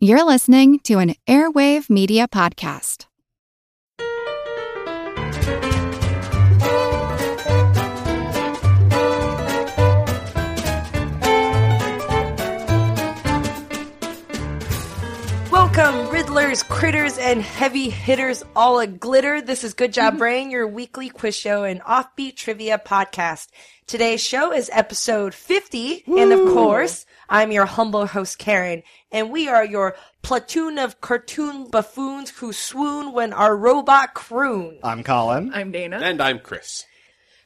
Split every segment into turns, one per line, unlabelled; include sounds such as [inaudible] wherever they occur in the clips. You're listening to an Airwave Media Podcast.
Welcome, Riddlers, Critters, and Heavy Hitters, all a glitter. This is Good Job Brain, your weekly quiz show and offbeat trivia podcast. Today's show is episode 50, and of course, I'm your humble host, Karen, and we are your platoon of cartoon buffoons who swoon when our robot croon.
I'm Colin.
I'm Dana.
And I'm Chris.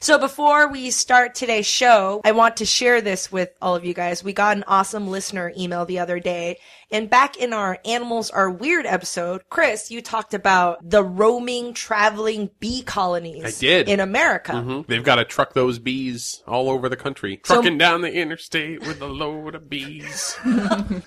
So before we start today's show, I want to share this with all of you guys. We got an awesome listener email the other day. And back in our Animals Are Weird episode, Chris, you talked about the roaming, traveling bee colonies
I did. Mm-hmm.
in America.
They've got to truck those bees all over the country, trucking down the interstate with a load of bees.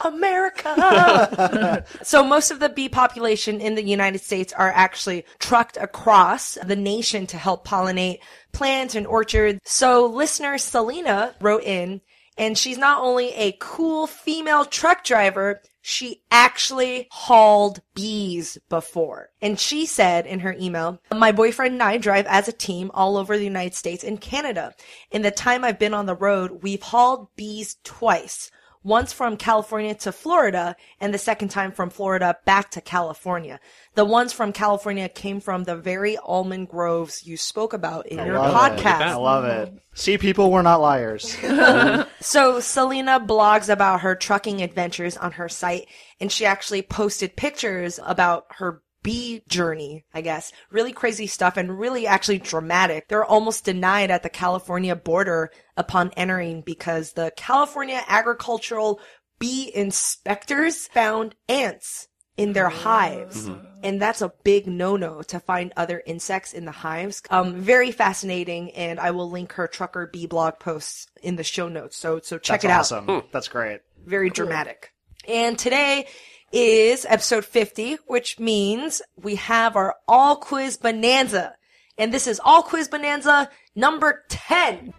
America. [laughs] so most of the bee population in the United States are actually trucked across the nation to help pollinate plants and orchards. So listener Selena wrote in and she's not only a cool female truck driver, she actually hauled bees before. And she said in her email, My boyfriend and I drive as a team all over the United States and Canada. In the time I've been on the road, we've hauled bees twice once from California to Florida, and the second time from Florida back to California. The ones from California came from the very almond groves you spoke about in your
Love it. I
podcast.
love it. See, people, we're not liars.
So Selena blogs about her trucking adventures on her site, and she actually posted pictures about her bee journey, I guess. Really crazy stuff and really actually dramatic. They're almost denied at the California border upon entering because the California agricultural bee inspectors found ants in their
Mm-hmm.
hives. And that's a big no-no to find other insects in the hives. Um, very fascinating, and I will link her trucker bee blog posts in the show notes. So, so check
That's
it out
Hmm.
awesome. That's great.
very dramatic. And today is episode 50, which means we have our all quiz bonanza. And this is all quiz bonanza number 10.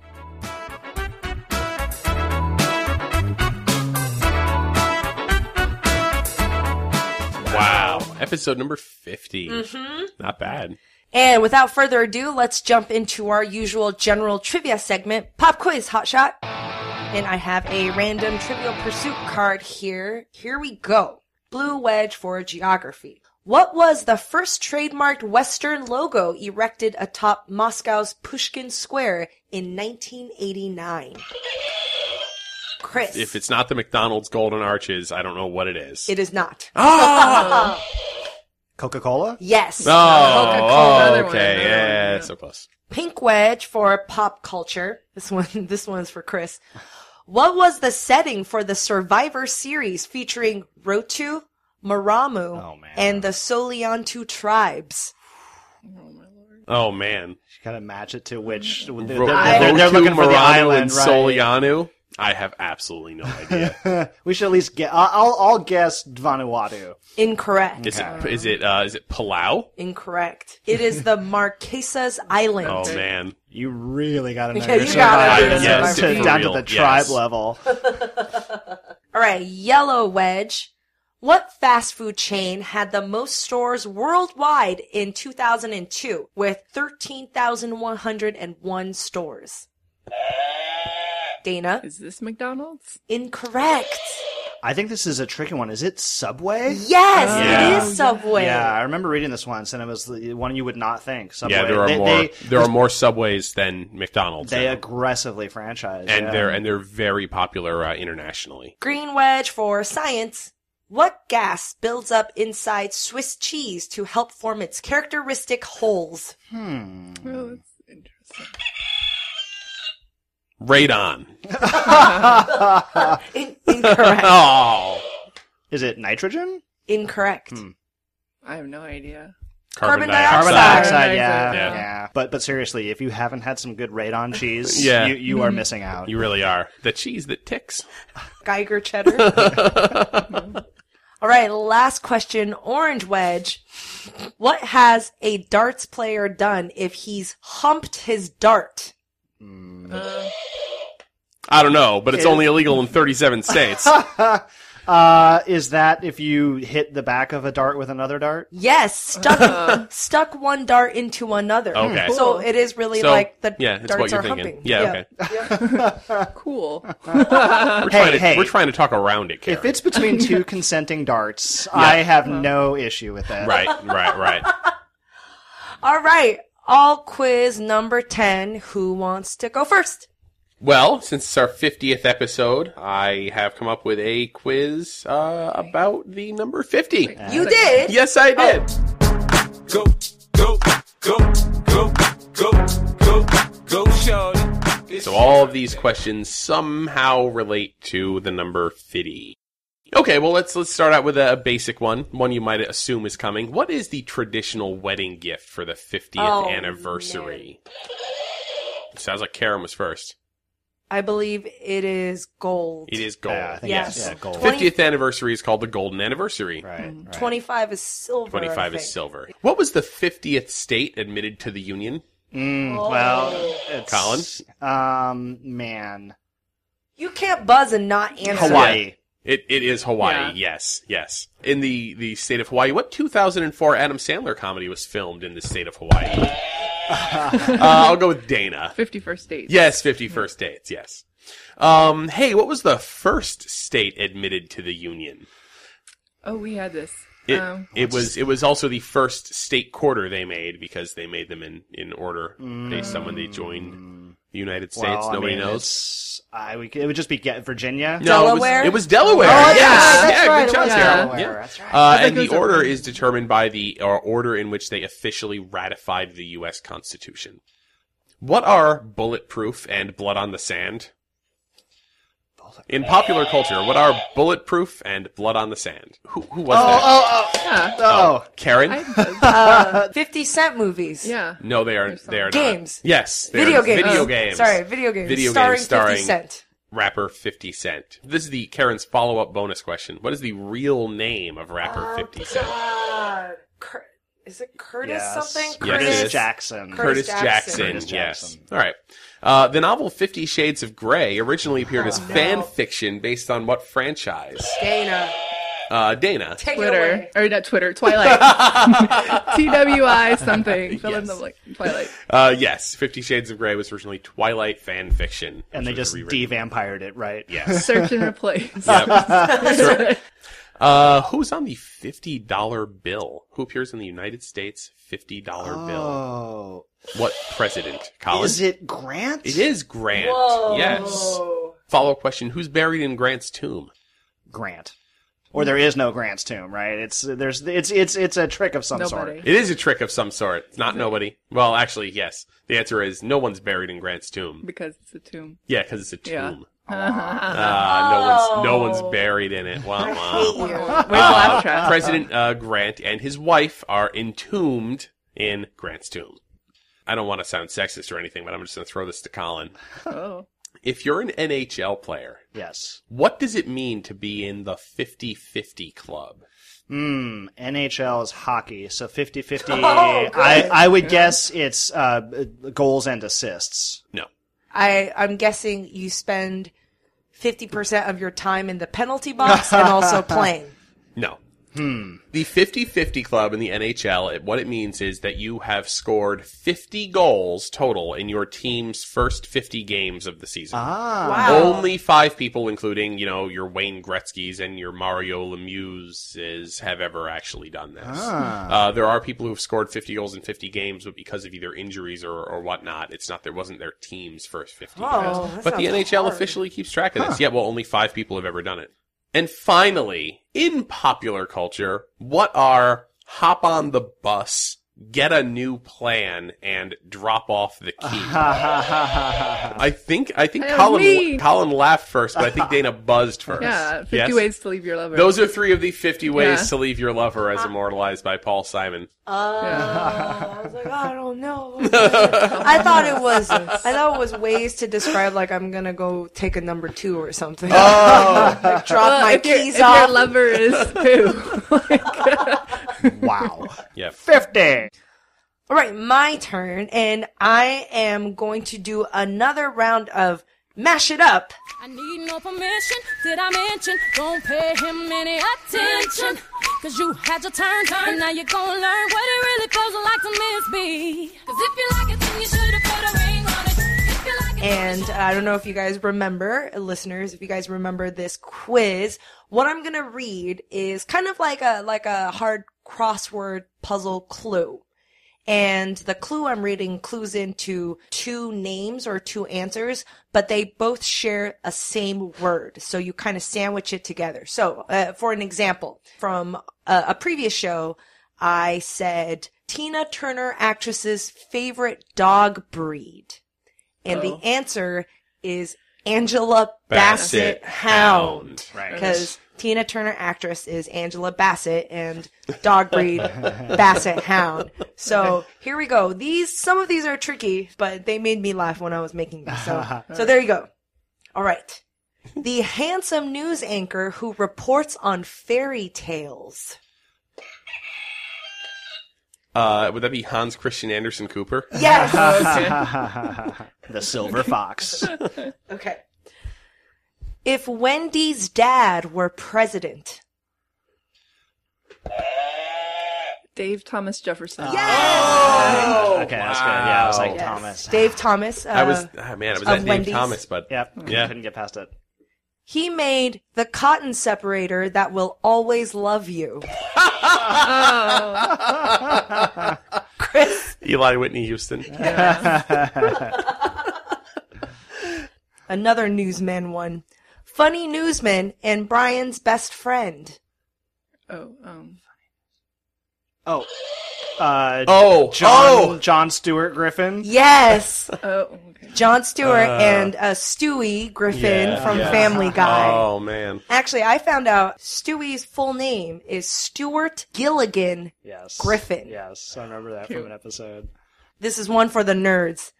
wow. Episode number 50. Not bad.
And without further ado, let's jump into our usual general trivia segment, pop quiz hot shot. And I have a random trivial pursuit card here. Here we go. Blue wedge for geography. What was the first trademarked Western logo erected atop Moscow's Pushkin Square in 1989? Chris.
If it's not the McDonald's Golden Arches, I don't know what it is.
it is not.
oh!
Coca Cola?
Yes.
oh, oh,
other one,
okay.
another one,
yeah,
yeah.
so close.
Pink wedge for pop culture. This one, [laughs] this one's for Chris. What was the setting for the Survivor series featuring Rotu, Maramu,
Oh, man.
and the Soliantu tribes?
Oh, man.
She kind of match it to which. They're,
Ro-
they're- they're- they're
Roku,
looking for the
Murano,
island,
and
right?
Solianu. I have absolutely no
[laughs]
idea.
we should at least get. I- I'll, I'll guess Vanuatu.
Incorrect.
Is it is it uh, is it Palau?
Incorrect. It is
[laughs]
the Marquesas Island.
Oh man,
You really got to know
Yeah,
your
you
survivors
gotta
do this.
to-
Yes,
down
for
to the
real,
tribe
yes.
level.
All right, yellow wedge. What fast food chain had the most stores worldwide in 2002 with 13,101 stores? Dana?
Is this McDonald's?
Incorrect.
I think this is a tricky one. Is it Subway?
Yes,
Yeah.
it is Subway.
Yeah, I remember reading this once, and it was the one you would not think. Subway.
yeah, there are
They-
more
They,
there are more subways than McDonald's,
they
now.
aggressively franchise.
and
yeah. [laughs]
they're and they're very popular uh, internationally.
Green wedge for science. What gas builds up inside Swiss cheese to help form its characteristic holes?
Hmm.
Mm.
Well, that's interesting.
Radon.
[laughs] In- incorrect.
[laughs] Oh.
Is it nitrogen?
incorrect.
I have no
[laughs]
idea.
Carbon
Carbon Dioxide.
dioxide, yeah, yeah.
Yeah.
But but seriously, if you haven't had some good radon cheese,
[laughs] Yeah.
you, you are missing out.
You really are. The cheese that ticks.
Geiger cheddar. All right, last question. Orange wedge. What has a darts player done if he's humped his
Uh,
dart?
Mm.
I don't know, but it's only illegal in 37 states.
[laughs] Uh, is that if you hit the back of a dart with another dart?
Yes, stuck [laughs] stuck one dart into another.
Okay.
So it is really
So,
[laughs] like the
yeah, it's
darts
what you're
are
thinking.
humping.
Yeah,
[laughs]
okay.
Cool. [laughs]
We're, trying to,
hey.
we're trying to talk around it, Karen.
If it's between [laughs] two consenting darts, I have no issue with that.
right, right, right.
[laughs] All right. All quiz number 10. Who wants to go first?
Well, since it's our 50th episode, I have come up with a quiz uh, about the number 50.
You did.
Yes, I did.
go, go, go, go, go, go, go, shawty. It's
So all of these questions somehow relate to the number 50. Okay, well let's let's start out with a basic one, one you might assume is coming. What is the traditional wedding gift for the 50th
Oh,
anniversary? Sounds like Karen was first.
I believe it is gold.
It is gold.
Yeah, I think
Yes.
it's- yeah, gold.
Twenty-
50th anniversary is called the golden anniversary.
Right, right.
25 is silver. I
25
think.
is silver. What was the 50th state admitted to the union?
Mm, Well, it's,
Colin?
Um, man,
You can't buzz and not answer.
Hawaii.
It it is Hawaii.
Yeah.
Yes, yes. In the the state of Hawaii, what 2004 Adam Sandler comedy was filmed in the state of Hawaii?
[laughs]
uh, I'll go with Dana.
51st date.
Yes, 51st dates. Yes. Um, hey, what was the first state admitted to the union?
Oh, we had this.
It,
um,
it was it was also the first state quarter they made because they made them in in order based on when they joined the United States.
Well, I
Nobody
mean,
knows.
it's- I we, could- it would just be get Virginia.
No,
Delaware?
It was, it was Delaware.
Oh, that's
yes.
right, that's
yeah,
right,
good
it
job,
was
Sarah.
Delaware,
Yeah.
that's right.
Uh,
But that
and the
goes up
order
there.
is determined by the or order in which they officially ratified the U.S. Constitution. What are bulletproof and blood on the sand? In popular culture, what are bulletproof and blood on the sand? Who, who was
Oh,
that?
oh, oh,
Yeah.
oh.
Karen? [laughs]
I,
Uh, 50 Cent movies.
yeah.
No, they are. They are
Games.
Not. Yes, they
Video
are
games. Oh,
Video games.
Sorry, video games.
Video games
starring 50
starring-
Cent.
Rapper Fifty Cent. This is the Karen's follow-up bonus question. What is the real name of rapper
Uh,
Fifty Cent?
God. Cur- is it Curtis
Yes.
something?
Yes.
Curtis.
Curtis
Jackson.
Curtis
Curtis
Jackson.
Jackson.
Curtis
yes.
Jackson.
All right. Uh, the novel Fifty Shades of Grey originally appeared
Oh,
as fan fiction based on what franchise?
Dana.
Uh, Dana.
Take it
Twitter.
away.
Or not Twitter. Twilight.
[laughs]
TWI something. Fill in the
Yes.
blank. Twilight.
Uh, yes, Fifty Shades of Grey was originally Twilight fan fiction,
And they
which was
just
rewritten.
devampired it, right? [laughs]
Yes.
Search and
[laughs]
replace. [laughs]
Yep. uh, who's on the fifty dollar bill? Who appears in the United States fifty dollar bill?
Oh,
What president? Colin.
is it Grant?
It is Grant.
Whoa.
Yes. Follow up question: Who's buried in Grant's tomb?
Grant, or there is no Grant's tomb, right? It's there's it's it's it's a trick of some
Nobody.
It is a trick of some sort. It's not nobody. Well, actually, yes. The answer is no one's buried in Grant's tomb.
Because it's a
[laughs]
tomb.
Yeah, because it's a
Yeah.
tomb.
[laughs]
Ah, no one's no one's buried in it. Wah, wah.
Hate you.
Where's the laugh track?
President uh, Grant and his wife are entombed in Grant's tomb. I don't want to sound sexist or anything, but I'm just going to throw this to Colin.
Oh.
If you're an NHL player,
sort. Yes.
what does it mean to be in the 50-50 club?
Hmm. NHL is hockey, so 50-50.
Oh, good.
I I would guess it's uh goals and assists.
No.
I, I'm guessing you spend 50% of your time in the penalty box and also playing.
No. Hmm. The 50-50 club in the NHL, it, what it means is that you have scored 50 goals total in your team's first 50 games of the season.
Ah.
Wow.
Only five people, including, you know, your Wayne Gretzky's and your Mario Lemieux's, have ever actually done this. Uh, there are people who have scored 50 goals in 50 games, but because of either injuries or, or whatnot, it's not, there wasn't their team's first 50
Oh, that
goals. But the
sounds
NHL
hard.
officially keeps track of this. Yeah, well, only five people have ever done it. And finally, in popular culture, what are hop on the bus, get a new plan, and drop off the key? I think I think
That was
Colin
me.
Colin laughed first, but I think Dana buzzed first.
Yeah. 50
Yes?
ways to leave your lover.
Those are three of the fifty ways
Yeah.
to leave your lover,
Uh,
as immortalized by Paul Simon.
Oh,
Yeah.
I was like, I don't know. I thought it was. I thought it was ways to describe like I'm gonna go take a number two or something. [laughs] like drop
Well,
my
if, your-
keys
if your
off.
lover
[laughs]
is poo.
Wow.
Yep.
Fifty.
All right, my turn, and I am going to do another round of mash it up.
I need no permission. Did I mention? Don't pay him any attention. Cause you had your turn, and now you're gonna learn what it really feels like to miss me. Cause if you like it, then you should've put a ring on it. If you like it,
And uh, I don't know if you guys remember, listeners, if you guys remember this quiz, what I'm gonna read is kind of like a like a hard crossword puzzle clue. And the clue I'm reading clues into two names or two answers, but they both share a same word. So you kind of sandwich it together. So, uh, for an example, from a, a previous show, I said Tina Turner actress's favorite dog breed. And the answer is Angela Bassett,
Bassett
Hound.
Hound. Right.
Because Tina Turner actress is Angela Bassett and dog
[laughs]
breed Bassett Hound. So here we go. These some of these are tricky, but they made me laugh when I was making them.
[laughs]
So so there you go. All right. The handsome news anchor who reports on fairy tales.
Uh, would that be Hans Christian Andersen Cooper?
Yes. [laughs]
the silver fox.
okay. If Wendy's dad were president,
Dave Thomas Jefferson.
okay, that's good. Yeah, I was like
Oh, wow.
Thomas.
Dave Thomas. Oh, Uh,
I was ah, man, I was
of
that name
Wendy's.
Thomas, but
Yep.
Mm.
Yeah.
Couldn't get past
[laughs]
it.
He made the cotton separator that will always
[laughs]
love you.
Oh,
Chris.
Eli Whitney Houston.
Another newsman one. Funny newsman and Brian's best friend.
oh, um,
Oh. Uh,
Oh,
John,
oh,
John Stewart Griffin.
Yes.
oh, okay.
John Stewart and uh, Stewie Griffin
yeah,
from
yeah.
Family Guy.
oh man,
Actually, I found out Stewie's full name is Stuart Gilligan
Yes.
Griffin.
Yes, I remember that from an episode.
This is one for the nerds.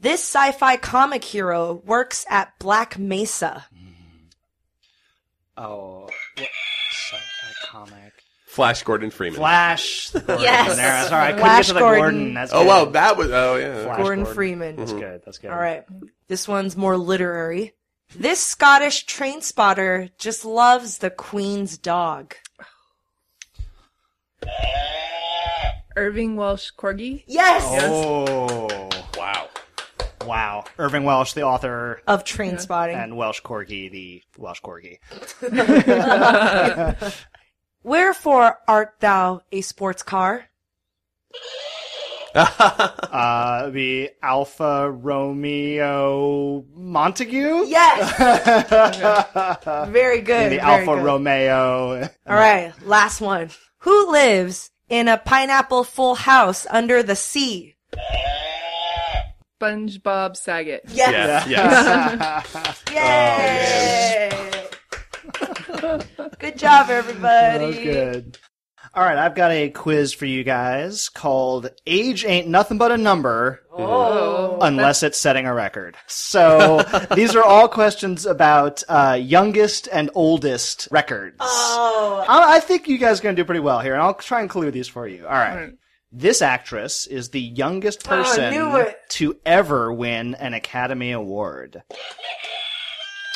This sci fi comic hero works at Black Mesa.
Oh. What? Sci-fi
[laughs]
comic.
Flash Gordon Freeman.
Flash. Gordon.
Yes.
There, that's all right. I couldn't
Flash
get to the
Gordon.
Gordon. That's
oh
good.
wow, Mm-hmm. that was oh yeah.
Flash
Gordon Freeman.
That's good. That's good.
All right. This one's more literary. This Scottish train spotter just loves the Queen's dog.
Irving Welsh Corgi. [laughs]
Yes!
Oh.
Wow.
Wow. Irving Welsh, the author,
Of train spotting.
and Welsh Corgi, the Welsh Corgi.
Wherefore art thou a sports car?
Uh, the Alpha Romeo Montague?
Yes! Very good.
[laughs] The
very
Alpha
good.
Romeo.
All right, last one. Who lives in a pineapple full house under the sea?
SpongeBob Saget.
Yeah. Yes.
[laughs] Yay! good job, everybody.
That was good. All right, I've got a quiz for you guys called Age Ain't Nothing But a Number
Oh,
Oh.
Unless It's Setting a Record.
[laughs]
So these are all questions about uh, youngest and oldest records.
Oh,
I, I think you guys are going to do pretty well here, and I'll try and clue these for you. All right. This actress is the youngest
Oh, I
person
knew it.
to ever win an Academy Award.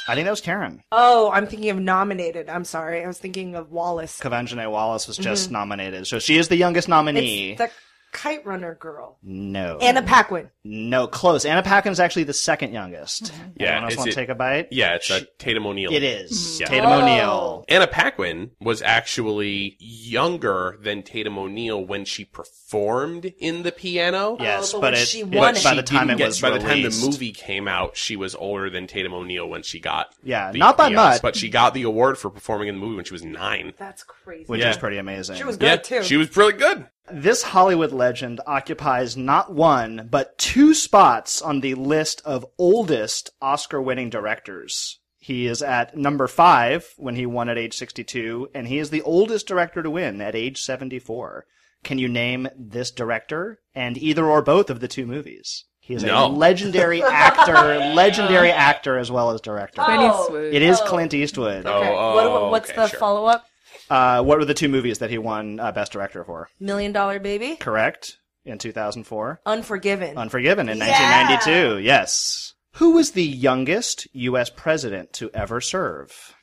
I think that was Karen.
Oh, I'm thinking of nominated. I'm sorry. I was thinking of Wallace.
Kavanjane Wallace was just nominated, so she is the youngest nominee.
Mm-hmm. It's the kite runner girl.
no,
Anna Paquin.
no, close. Anna Paquin's actually the second
Mm-hmm.
youngest.
Yeah,
Anyone else
is
want
it-
to take a bite?
Yeah, it's uh, Tatum O'Neill.
It is
Mm-hmm.
Yeah.
Tatum
Oh.
O'Neill.
Anna Paquin was actually younger than Tatum O'Neill when she performed in the piano.
Yes,
Oh, but
but,
when
it,
she
it-
won it-
by the
She
time it
didn't get-
was
by the time
released,
the movie came out, she was older than Tatum O'Neill when she got
Yeah,
the-
not by
the Oscar,
much.
but she got the award for performing in the movie when she was nine.
That's crazy.
which
Yeah.
is pretty amazing.
she was good
Yeah,
too.
she was really good.
This Hollywood legend occupies not one, but two spots on the list of oldest Oscar winning directors. He is at number five when he won at age 62, and he is the oldest director to win at age 74. Can you name this director and either or both of the two movies? He is a
No.
[laughs]
legendary actor, legendary actor as well as director.
Clint
Oh.
Eastwood.
It is Clint Eastwood.
Oh,
Okay.
oh,
what, what's
okay,
the
sure.
follow up?
Uh, what were the two movies that he won uh, Best Director for?
Million Dollar Baby?
Correct? In 2004?
Unforgiven.
Unforgiven in
Yeah!
1992. Yes. Who was the youngest U.S. president to ever serve?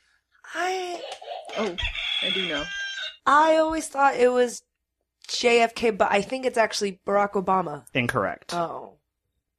I
Oh, I do know.
I always thought it was JFK, but I think it's actually Barack Obama.
Incorrect.
Oh.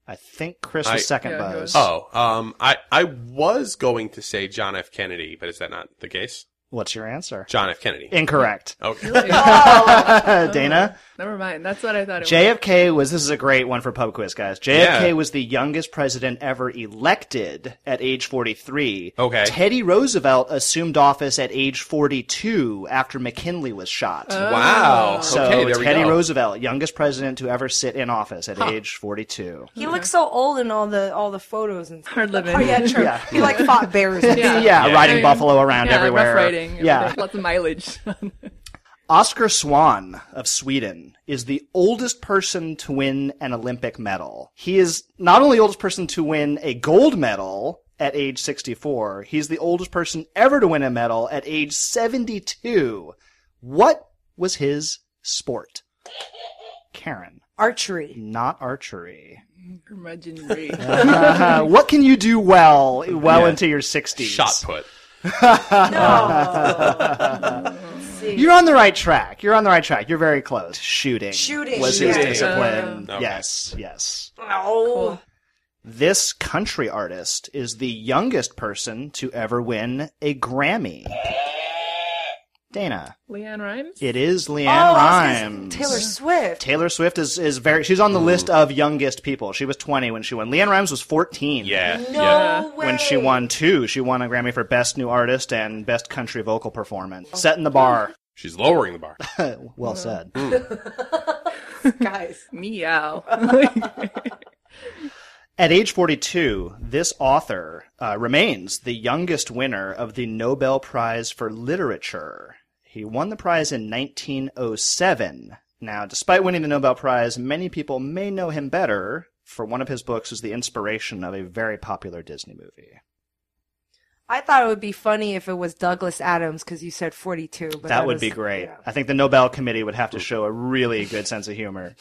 I think Chris
I-
was second
Yeah,
buzz.
Oh, um, I I was going to say John F. Kennedy, but is that not the case?
What's your answer?
John F. Kennedy.
[laughs]
Incorrect.
Okay.
Oh.
[laughs] Dana?
Never mind. That's what I thought it was.
JFK was this is a great one for pub quiz guys. JFK
Yeah.
was the youngest president ever elected at age 43.
Okay.
Teddy Roosevelt assumed office at age 42 after McKinley was shot.
Oh.
Oh.
Wow.
so
okay, there
Teddy
we go.
Roosevelt, youngest president to ever sit in office at age 42.
He looks so old in all the all the photos and stuff.
Hard living. [laughs]
Oh yeah, true.
Yeah.
He like fought bears. and
Yeah.
Yeah,
Yeah.
riding
Yeah.
buffalo around
Yeah,
everywhere.
rough riding.
Yeah.
Lots of mileage. [laughs]
Oscar Swan of Sweden is the oldest person to win an Olympic medal. He is not only the oldest person to win a gold medal at age 64, he's the oldest person ever to win a medal at age 72. What was his sport? Karen,
Archery.
not
[laughs]
archery.
Curmudgeonry.
Uh, what can you do well, well
Yeah.
into your 60s?
Shot put.
[laughs] Oh,
Oh.
You're on the right track. You're on the right track. You're very close. Shooting.
Shooting.
Was his
Shooting.
discipline.
Oh, Okay.
Yes, yes.
Oh.
This country artist is the youngest person to ever win a Grammy. Dana.
Leanne Rhymes?
It is Leanne
Oh, I was gonna say
Rhymes.
Taylor Swift.
Taylor Swift is, is very, she's on the list of youngest people. She was 20 when she won. Leanne Rhymes was 14.
Yeah.
no
Yeah.
way.
When she won two, she won a Grammy for Best New Artist and Best Country Vocal Performance.
Oh.
Setting the
[laughs]
bar.
She's lowering the bar.
Well said.
guys. [laughs]
Meow. [laughs]
At age 42, this author uh, remains the youngest winner of the Nobel Prize for Literature. He won the prize in 1907. Now, despite winning the Nobel Prize, many people may know him better for one of his books was the inspiration of a very popular Disney movie.
I thought it would be funny if it was Douglas Adams because you said 42. But that,
that would
was-
be great.
yeah.
I think the Nobel Committee would have to show a really good sense of humor.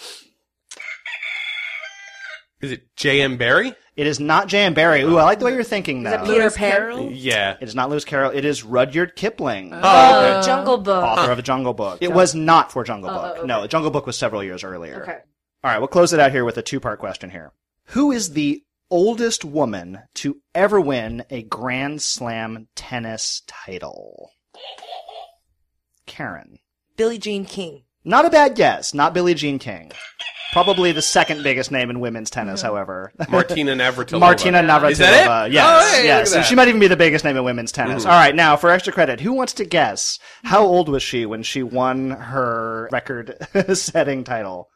Is it J.M. Barry?
It is not Jan Barry. Ooh, I like the way you're thinking
Is it
though.
Peter
Lewis
Pan?
Carroll?
Yeah.
It is not Lewis Carroll. It is Rudyard Kipling.
Oh, okay.
Uh, Jungle Book.
author of Jungle Book. It was not for Jungle Book. No, Jungle Book was several years earlier.
Okay.
All right, we'll close it out here with a two part question here. Who is the oldest woman to ever win a Grand Slam tennis title? Karen.
Billie Jean King.
Not a bad guess. Not Billie Jean King. Probably the second biggest name in women's tennis, however. [laughs]
Martina Navratilova.
Martina Navratilova.
Is that it?
Yes,
Oh,
yes.
hey, look at
And she
that. Mm-hmm.
might even be the biggest name in women's tennis. All right, now for extra credit, who wants to guess how old was she when she won her [laughs] record-setting title?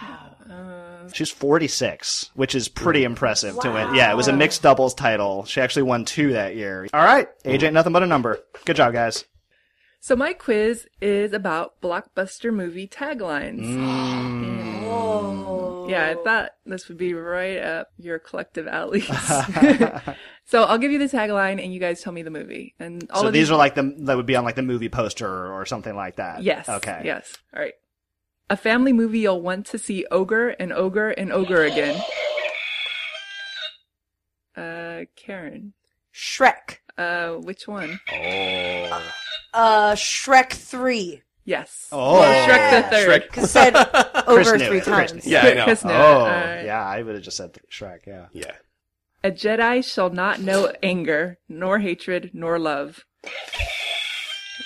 Wow.
Uh,
She's 46, which is pretty impressive to win. Yeah, it was a mixed doubles title. She actually won two that year. All right, age
Mm-hmm.
ain't nothing but a number. Good job, guys.
So my quiz is about blockbuster movie taglines.
Mm.
Yeah, I thought this would be right up your collective alleys.
[laughs]
[laughs] so I'll give you the tagline, and you guys tell me the movie. And all
so
of
these are like the that would be on like the movie poster or something like that.
yes,
Okay.
yes. All right, a family movie you'll want to see ogre and ogre and ogre again. Uh, Karen.
Shrek.
Uh, which one?
Oh.
Uh, Shrek 3.
Yes.
Oh.
Shrek the Third.
Shrek.
Because
[laughs]
said
Chris
over
knew
three
it. Chris
times.
knew
Yeah, I know.
Chris knew it.
Oh,
All right.
yeah, I would have just said Shrek, yeah.
Yeah.
A Jedi shall not know anger, nor hatred, nor love.
I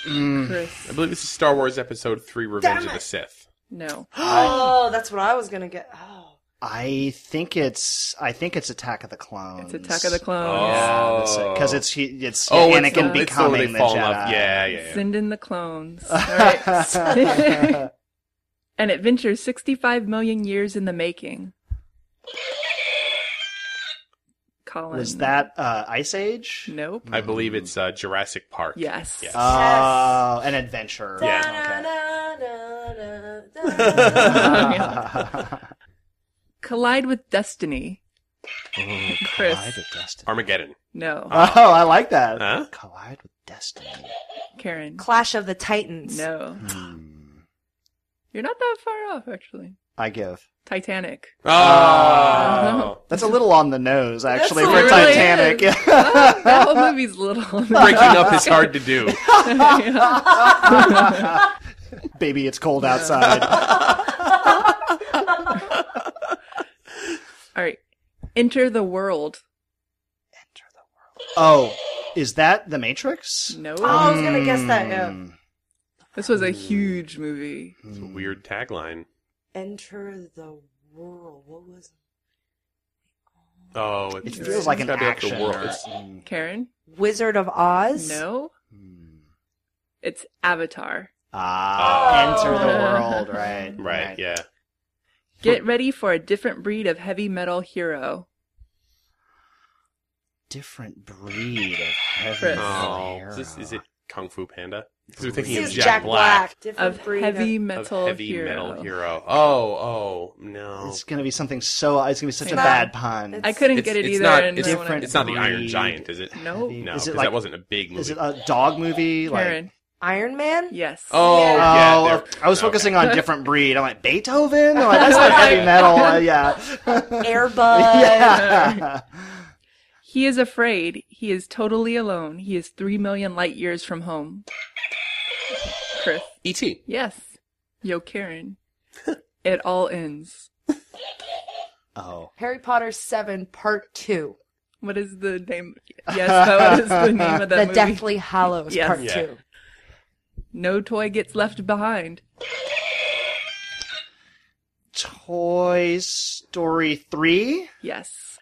Mm.
Chris,
believe this is Star Wars Episode 3 Revenge of the Sith.
no.
[gasps] Oh, that's what I was going to get. Oh.
I think it's I think it's Attack of the Clones.
It's Attack of the Clones.
Oh.
because it's he, it's
Oh,
Anakin
it's the- it's the one
becoming
they
the,
fall in
Jedi.
love. Yeah, yeah, yeah.
Send in the
[laughs]
clones. All
[laughs]
right. An adventure 65 million years in the making. Colin.
Was that uh, Ice Age?
Nope.
I believe it's uh, Jurassic Park.
Yes.
Yes.
Oh, an adventure.
Yeah.
[laughs]
[laughs] Collide with Destiny. Chris.
Collide with destiny.
Armageddon.
No.
Uh,
Oh, I like that.
Huh?
Collide with destiny.
Karen.
Clash of the Titans.
Hmm.
No. You're not that far off, actually.
I give.
[laughs]
Titanic.
Oh.
That's a little on the nose, actually,
a
for
little-
really
Titanic. [laughs]
is. that whole movie's little. [laughs]
Breaking up is hard to do.
Oh.
Baby, it's cold
[laughs]
outside.
All right. Enter the world.
oh, is that The Matrix? Hmm.
No.
Oh, I was gonna guess that. Yeah.
This was a huge movie.
It's a weird tagline.
Enter the world. What was?
Oh, it's,
It feels like an
gotta be
action.
The world. It's,
Karen?
Wizard of Oz.
No. It's Avatar.
Ah,
Oh.
enter the world, right?
[laughs] right, yeah.
Get ready for a different breed of heavy metal hero.
Different breed of heavy
Chris.
Oh,
metal
is, this, is
hero.
it Kung Fu Panda? 'Cause we're thinking
This
of
is
Jack,
Jack
Black.
Black. Different
Of
breed
heavy
Of
metal
heavy
hero.
metal hero. Oh, oh, no.
It's gonna be something so. It's gonna be such a
No.
bad pun.
I couldn't
It's-
get it
it's
either.
not-
and
it's
I wanna-
different.
It's not the Iron
Breed.
Giant, is it?
No.
No,
Is
because
it
that
like-
wasn't a big movie.
Is it a dog movie?
Karen.
Iron Man.
Yes.
oh,
Yeah.
yeah.
oh,
they're-
I was
okay.
focusing on different breed. I'm like Beethoven. I'm like, that's
[laughs]
not heavy metal. Uh, yeah, [laughs]
Airbud.
yeah. [laughs]
He is afraid. He is totally alone. He is three million light years from home. Chris.
E.T.
Yes. Yo,
[laughs]
Karen. it all ends.
Oh,
Harry Potter Seven Part Two.
What is the name? Yes, that was the name
[laughs]
of that
the
movie.
Deathly Hallows
Yes.
Part
Yeah.
Two.
no toy gets left behind.
Toy Story three.
Yes.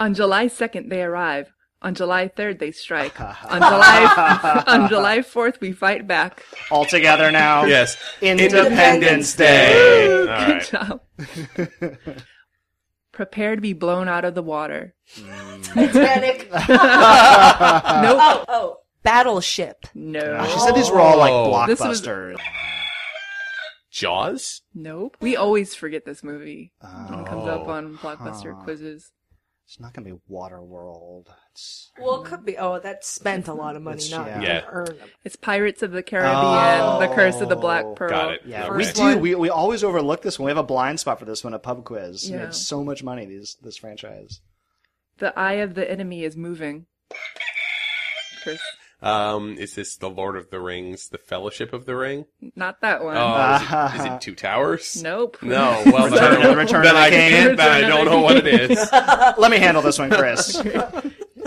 On July 2nd, they arrive. On July 3rd, they strike. on July on July 4th, we fight back.
All together now.
Yes.
Independence Day.
[laughs] All
Good
right.
job. Prepare to be blown out of the water.
[laughs]
Panic.
Nope.
oh, oh, Battleship.
No.
Gosh, [laughs] She said these were all like
Oh.
This was-
blockbusters.
Jaws?
Nope. We always forget this movie when it
Uh,
comes up
Oh,
on blockbuster
huh.
quizzes.
it's not gonna be Waterworld. It's
Well, it could be. Oh, that spent a lot of money,
It's-
not
yeah.
Yeah.
earned.
It's Pirates of the Caribbean, The Curse of the Black
Oh.
Pearl.
Got it.
Yeah,
Okay.
we
First
do.
one.
We, we always overlook this one. We have a blind spot for this one, a pub quiz.
Yeah.
It made so much money, these, this franchise.
The eye of the enemy is moving. Chris,
Um, is this the Lord of the Rings, the Fellowship of the Ring?
not that one.
Oh,
[laughs]
is it, is it Two Towers?
Nope. [laughs]
No. Well, then, I
Return-
don't-
Return
then
of the
I
King.
can't. Then I
Return
don't
of
know
the
what it is.
Uh, Let me handle this
[laughs]
one, Chris.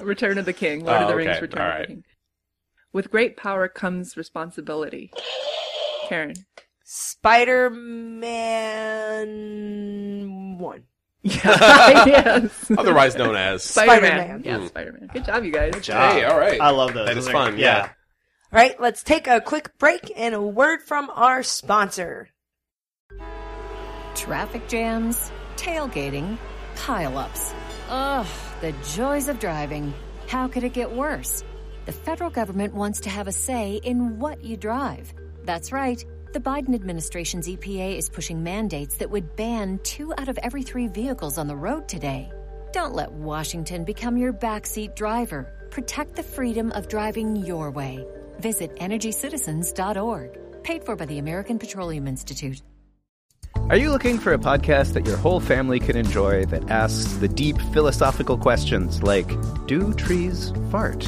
Return of the King. Lord of
Oh,
the
okay.
Rings, Return of
All
the
right.
King. With great power comes responsibility.
[laughs]
Karen. [laughs]
Spider Man One.
yes.
Otherwise known as.
Spider-Man.
Spider-Man. Yeah, Spider-Man. Good job, you guys. Good
Hmm. job.
Hey, all right.
I love those.
That is
Those are-
fun.
yeah.
Yeah.
All right, let's take a quick break and a word from our sponsor.
Traffic jams, tailgating, pileups. Ugh, the joys of driving. How could it get worse? The federal government wants to have a say in what you drive. That's right. The Biden administration's EPA is pushing mandates that would ban two out of every three vehicles on the road today. Don't let Washington become your backseat driver. Protect the freedom of driving your way. Visit EnergyCitizens.org. Paid for by the American Petroleum Institute.
Are you looking for a podcast that your whole family can enjoy that asks the deep philosophical questions like Do trees fart?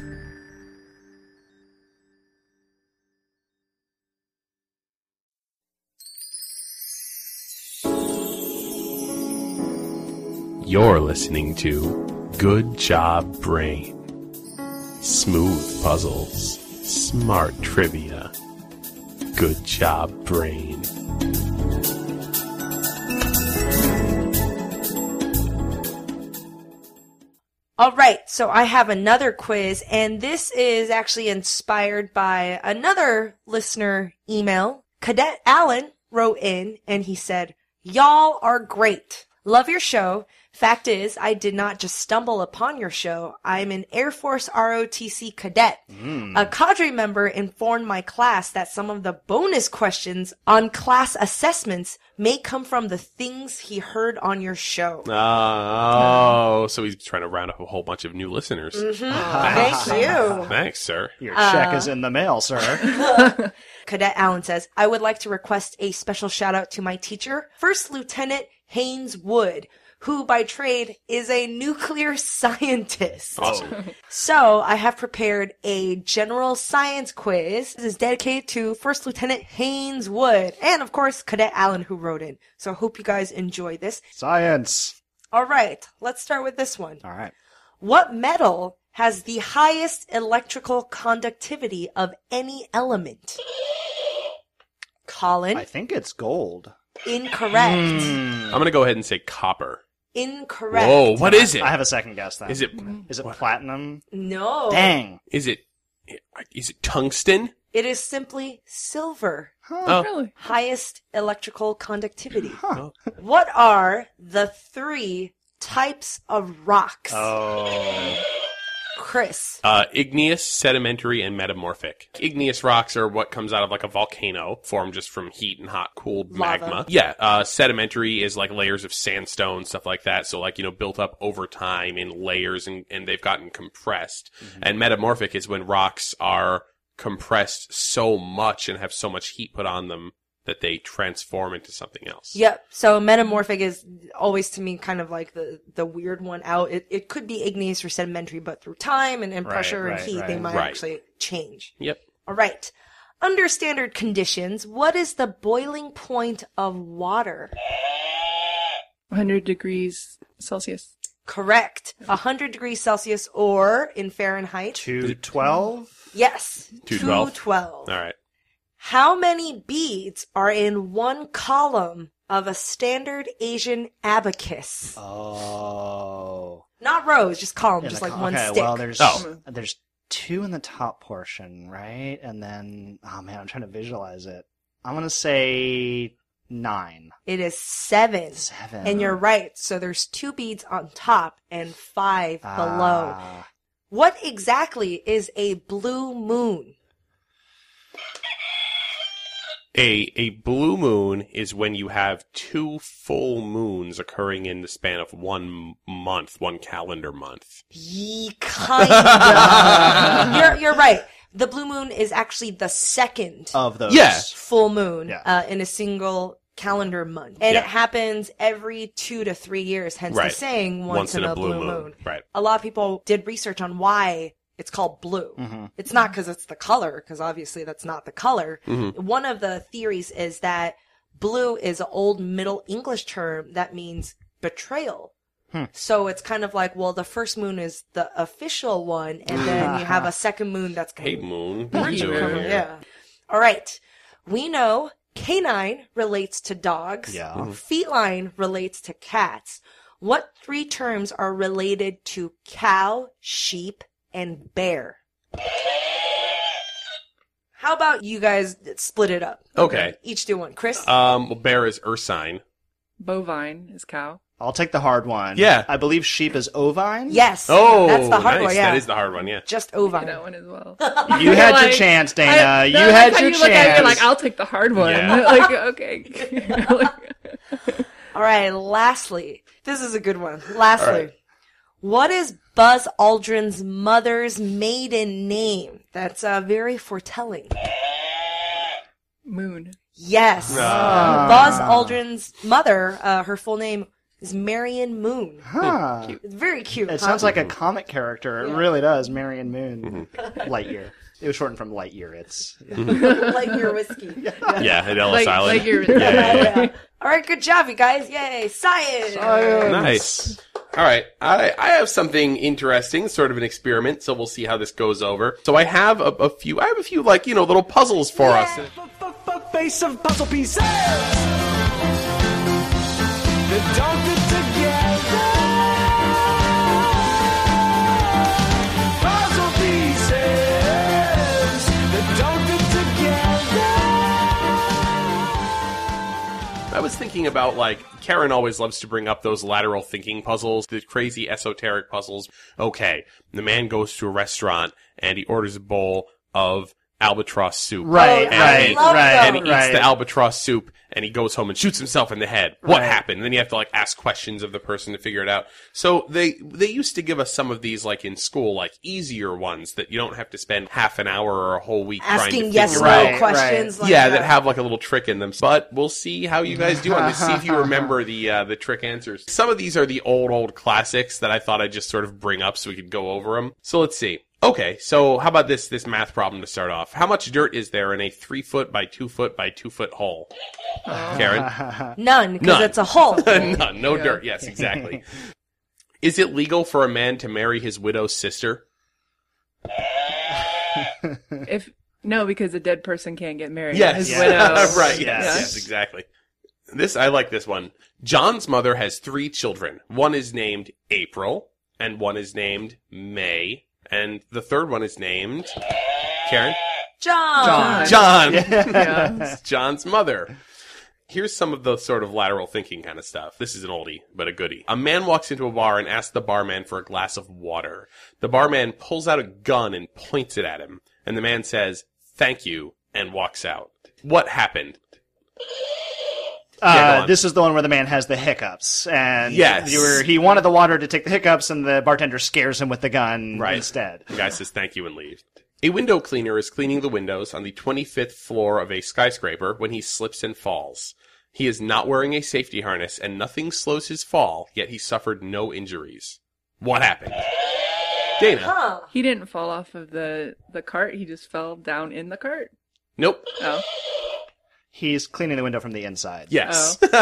You're listening to Good Job Brain. Smooth puzzles, smart trivia. Good Job Brain.
All right, so I have another quiz, and this is actually inspired by another listener email. Cadet Allen wrote in and he said, Y'all are great. Love your show. Fact is, I did not just stumble upon your show. I'm an Air Force ROTC cadet. A cadre member informed my class that some of the bonus questions on class assessments may come from the things he heard on your show.
Oh, so he's trying to round up a whole bunch of new listeners.
[laughs] Thank you.
Thanks, sir.
Your check
Uh.
is in the mail, sir.
[laughs]
Cadet Allen says, I would like to request a special shout out to my teacher, First Lieutenant Haynes Wood, who by trade is a nuclear [laughs] scientist.
Awesome.
So I have prepared a general science quiz. This is dedicated to First Lieutenant Haynes Wood and of course Cadet Allen who wrote in. So I hope you guys enjoy this.
Science.
All right, let's start with this one.
All right.
What metal has the highest electrical conductivity of any element? Colin,
I Hmm. think it's gold.
incorrect.
I'm gonna go ahead and say copper.
Incorrect.
Whoa, what is it?
I have a second guess then.
Is it
Is it platinum?
No.
Dang.
is it is it tungsten?
It is simply silver.
Oh.
Really?
Highest electrical conductivity. What are the three types of rocks?
Oh.
Chris,
Uh, igneous, sedimentary, and metamorphic. Igneous rocks are what comes out of like a volcano, formed just from heat and hot cooled
Lava.
magma. Yeah, uh, sedimentary is like layers of sandstone, stuff like that. So like, you know, built up over time in layers and, and they've gotten compressed. And metamorphic is when rocks are compressed so much and have so much heat put on them that they transform into something else.
Yep. So metamorphic is always to me kind of like the, the weird one out. It, it could be igneous or sedimentary, but through time and, and
Right,
pressure and
right,
heat,
right.
they might
Right.
actually change.
Yep.
All right. Under standard conditions, what is the boiling point of water?
100 degrees Celsius.
Correct. 100 degrees Celsius or in Fahrenheit.
212?
Yes.
212.
212.
All right.
How many beads are in one column of a standard Asian abacus?
Oh.
Not rows, just column,
In
just
Oh. the
like
co-
one
okay,
stick.
well, there's,
Oh.
there's two in the top portion, right? And then, oh man, I'm trying to visualize it. I'm going to say nine.
It is seven.
Seven.
And you're right. So there's two beads on top and five below.
Ah.
What exactly is a blue moon?
A a blue moon is when you have two full moons occurring in the span of one m- month, one calendar month.
Ye kind you're, you're right. The blue moon is actually the second
Of those.
Yeah.
full moon
Yeah.
uh, in a single calendar month. And
Yeah.
it happens every two to three years, hence
Right.
the saying once, in, a, blue, moon.
Right.
A lot of people did research on why it's called blue. It's not because it's the color, because obviously that's not the color. One of the theories is that blue is an old Middle English term that means betrayal. So it's kind of like, well, the first moon is the official one, and then you [laughs] have a second moon that's
Hey,
kind of
moon.
[laughs]
what are you doing
yeah.
here?
All right. We know canine relates to dogs.
Yeah.
Mm-hmm.
Feline relates to cats. What three terms are related to cow, sheep, and bear? How about you guys split it up?
Okay.
Each do one. Chris?
Um, well, bear is ursine.
Bovine is cow.
I'll take the hard one.
Yeah.
I believe sheep is ovine.
yes.
Oh,
That's the hard
nice.
one. Yeah.
That is the hard one. Yeah.
Just
I
ovine.
That one as well.
[laughs] You had
[laughs]
your
Like,
chance, Dana.
I-
you
no, I
had
like how
your
you
chance.
Look at me like, I'll take the hard one. [laughs]
Yeah.
like, okay. [laughs] Like,
All right. Lastly, this is a good one. Lastly,
All right.
what is Buzz Aldrin's mother's maiden name? That's uh, very foretelling.
moon.
Yes.
Ah.
Buzz Aldrin's mother, uh, her full name is Marion Moon.
Huh.
It's very cute.
It
huh?
sounds like a comic character. It really does. Marion Moon.
Mm-hmm.
Lightyear. It was shortened from Lightyear. It's
like your
[laughs]
whiskey.
Yeah, at Ellis
Like,
Island.
like you're.
yeah, yeah, yeah.
[laughs] All right, good job, you guys. Yay, science.
Nice. All right, I, I have something interesting, sort of an experiment. So we'll see how this goes over. So I have a, a few, I have a few like you know little puzzles for us.
Face of puzzle pieces that don't fit together. Puzzle pieces that don't fit together.
I was was thinking about like Karen always loves to bring up those lateral thinking puzzles, the crazy esoteric puzzles. Okay, the man goes to a restaurant and he orders a bowl of albatross soup.
Right,
and
right,
he,
right,
And he eats
right.
the albatross soup and he goes home and shoots himself in the head. What
Right.
happened? And then you have to like ask questions of the person to figure it out. So they they used to give us some of these like in school, like easier ones that you don't have to spend half an hour or a whole week trying
Asking
to
yes
figure
no
out
Right,
questions. Like
yeah, that have like a little trick in them. But we'll see how you guys do on this. See if you remember the uh, the trick answers. Some of these are the old old classics that I thought I'd just sort of bring up so we could go over them. So let's see. Okay, so how about this this math problem to start off? How much dirt is there in a three foot by two foot by two foot hole? Karen, [laughs]
none because
None.
it's a hole.
[laughs] none, no dirt. Yes, exactly. Is it legal for a man to marry his widow's sister?
If no, because a dead person can't get married.
Yes.
His
Yeah.
widow.
[laughs] right. Yes.
Yes.
yes. Exactly. This I like this one. John's mother has three children. One is named April, and one is named May, and the third one is named Karen.
John.
John.
John.
Yeah.
It's [laughs] John's mother. Here's some of the sort of lateral thinking kind of stuff. This is an oldie, but a goodie. A man walks into a bar and asks the barman for a glass of water. The barman pulls out a gun and points it at him, and the man says, "Thank you," and walks out. What happened? Yeah, go
Uh,
on.
this is the one where the man has the hiccups, and
Yes.
you were, he wanted the water to take the hiccups, and the bartender scares him with the gun
Right.
instead.
The guy says thank you and leaves. A window cleaner is cleaning the windows on the 25th floor of a skyscraper when he slips and falls. He is not wearing a safety harness and nothing slows his fall, yet he suffered no injuries. What happened? Dana.
Huh.
He didn't fall off of the the cart. He just fell down in the cart.
Nope.
Oh,
He's cleaning the window from the inside.
Yes. [laughs]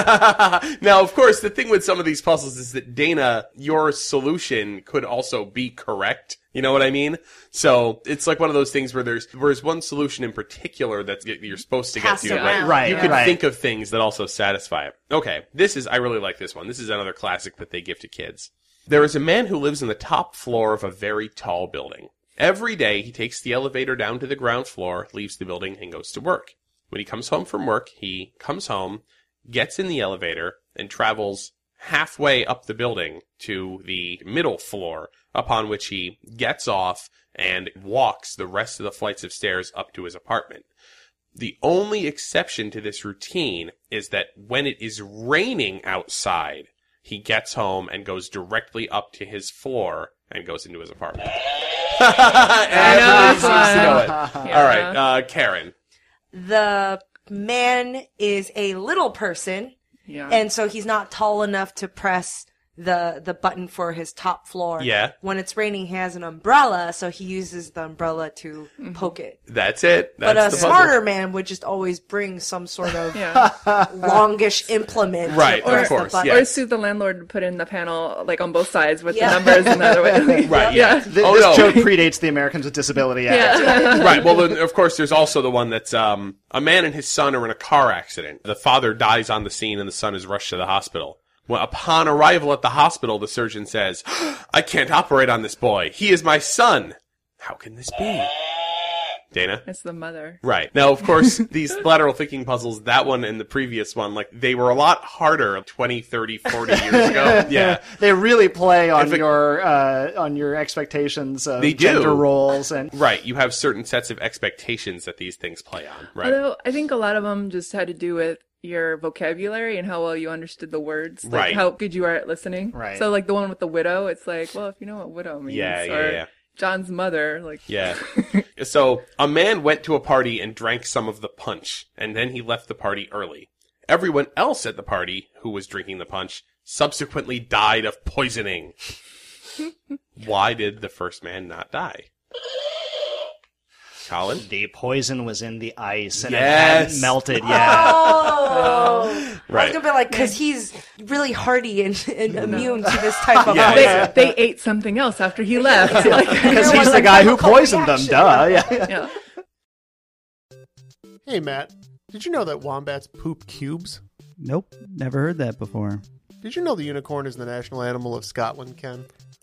now, of course, the thing with some of these puzzles is that Dana, your solution could also be correct. You know what I mean? So it's like one of those things where there's where's one solution in particular that you're supposed to get
Passed
to.
around.
Like,
Right,
You could
right.
think of things that also satisfy it. Okay, this is I really like this one. This is another classic that they give to kids. There is a man who lives in the top floor of a very tall building. Every day he takes the elevator down to the ground floor, leaves the building, and goes to work. When he comes home from work, he comes home, gets in the elevator, and travels halfway up the building to the middle floor, upon which he gets off and walks the rest of the flights of stairs up to his apartment. The only exception to this routine is that when it is raining outside, he gets home and goes directly up to his floor and goes into his apartment. [laughs] Everyone
that's
seems to know it. All right,
Yeah.
uh, Karen.
The man is a little person,
Yeah.
and so he's not tall enough to press the the button for his top floor.
Yeah.
When it's raining, he has an umbrella, so he uses the umbrella to
Mm-hmm.
poke it.
That's it. That's
But a
the puzzle.
smarter man would just always bring some sort of
yeah.
longish implement. to
Right, of
press the
course,
button.
Uh, [laughs] yeah.
Or sue the landlord to put in the panel like on both sides with
Yeah.
the numbers and the other way.
[laughs] Right, yeah.
Th-
Oh,
this
no.
joke predates the Americans with Disability Act.
right. Well, then, of course, there's also the one that's um, a man and his son are in a car accident. The father dies on the scene, and the son is rushed to the hospital. Well, upon arrival at the hospital, the surgeon says, [gasps] "I can't operate on this boy. He is my son. How can this be?" Dana.
That's the mother.
Right. Now, of course, these lateral thinking puzzles, that one and the previous one, like, they were a lot harder 20, 30, 40 years ago. Yeah.
They really play on
it-
your uh, on your expectations of
They do.
gender roles and
Right. You have certain sets of expectations that these things play on. Right.
Although I think a lot of them just had to do with your vocabulary and how well you understood the words. Like
Right.
how good you are at listening.
Right.
So like the one with the widow, it's like, well, if you know what widow means
Yeah, yeah,
or
yeah.
John's mother, like
Yeah. [laughs] so a man went to a party and drank some of the punch, and then he left the party early. Everyone else at the party who was drinking the punch subsequently died of poisoning. Why did the first man not die? Colin?
the poison was in the ice and it
Yes.
hadn't
[laughs]
melted yet.
Oh, I
Right.
was gonna be like, because he's really hardy and, and immune to this
[laughs]
type of
Yeah,
Oh,
they,
poison.
yeah.
they ate something else after he
[laughs]
left. Like,
Because
There
he's
was
the
a
guy who
chemical
poisoned them,
reaction.
duh. Yeah.
[laughs] yeah.
Hey, Matt, did you know that wombats poop cubes?
Nope, never heard that before.
Did you know the unicorn is the national animal of Scotland, Ken?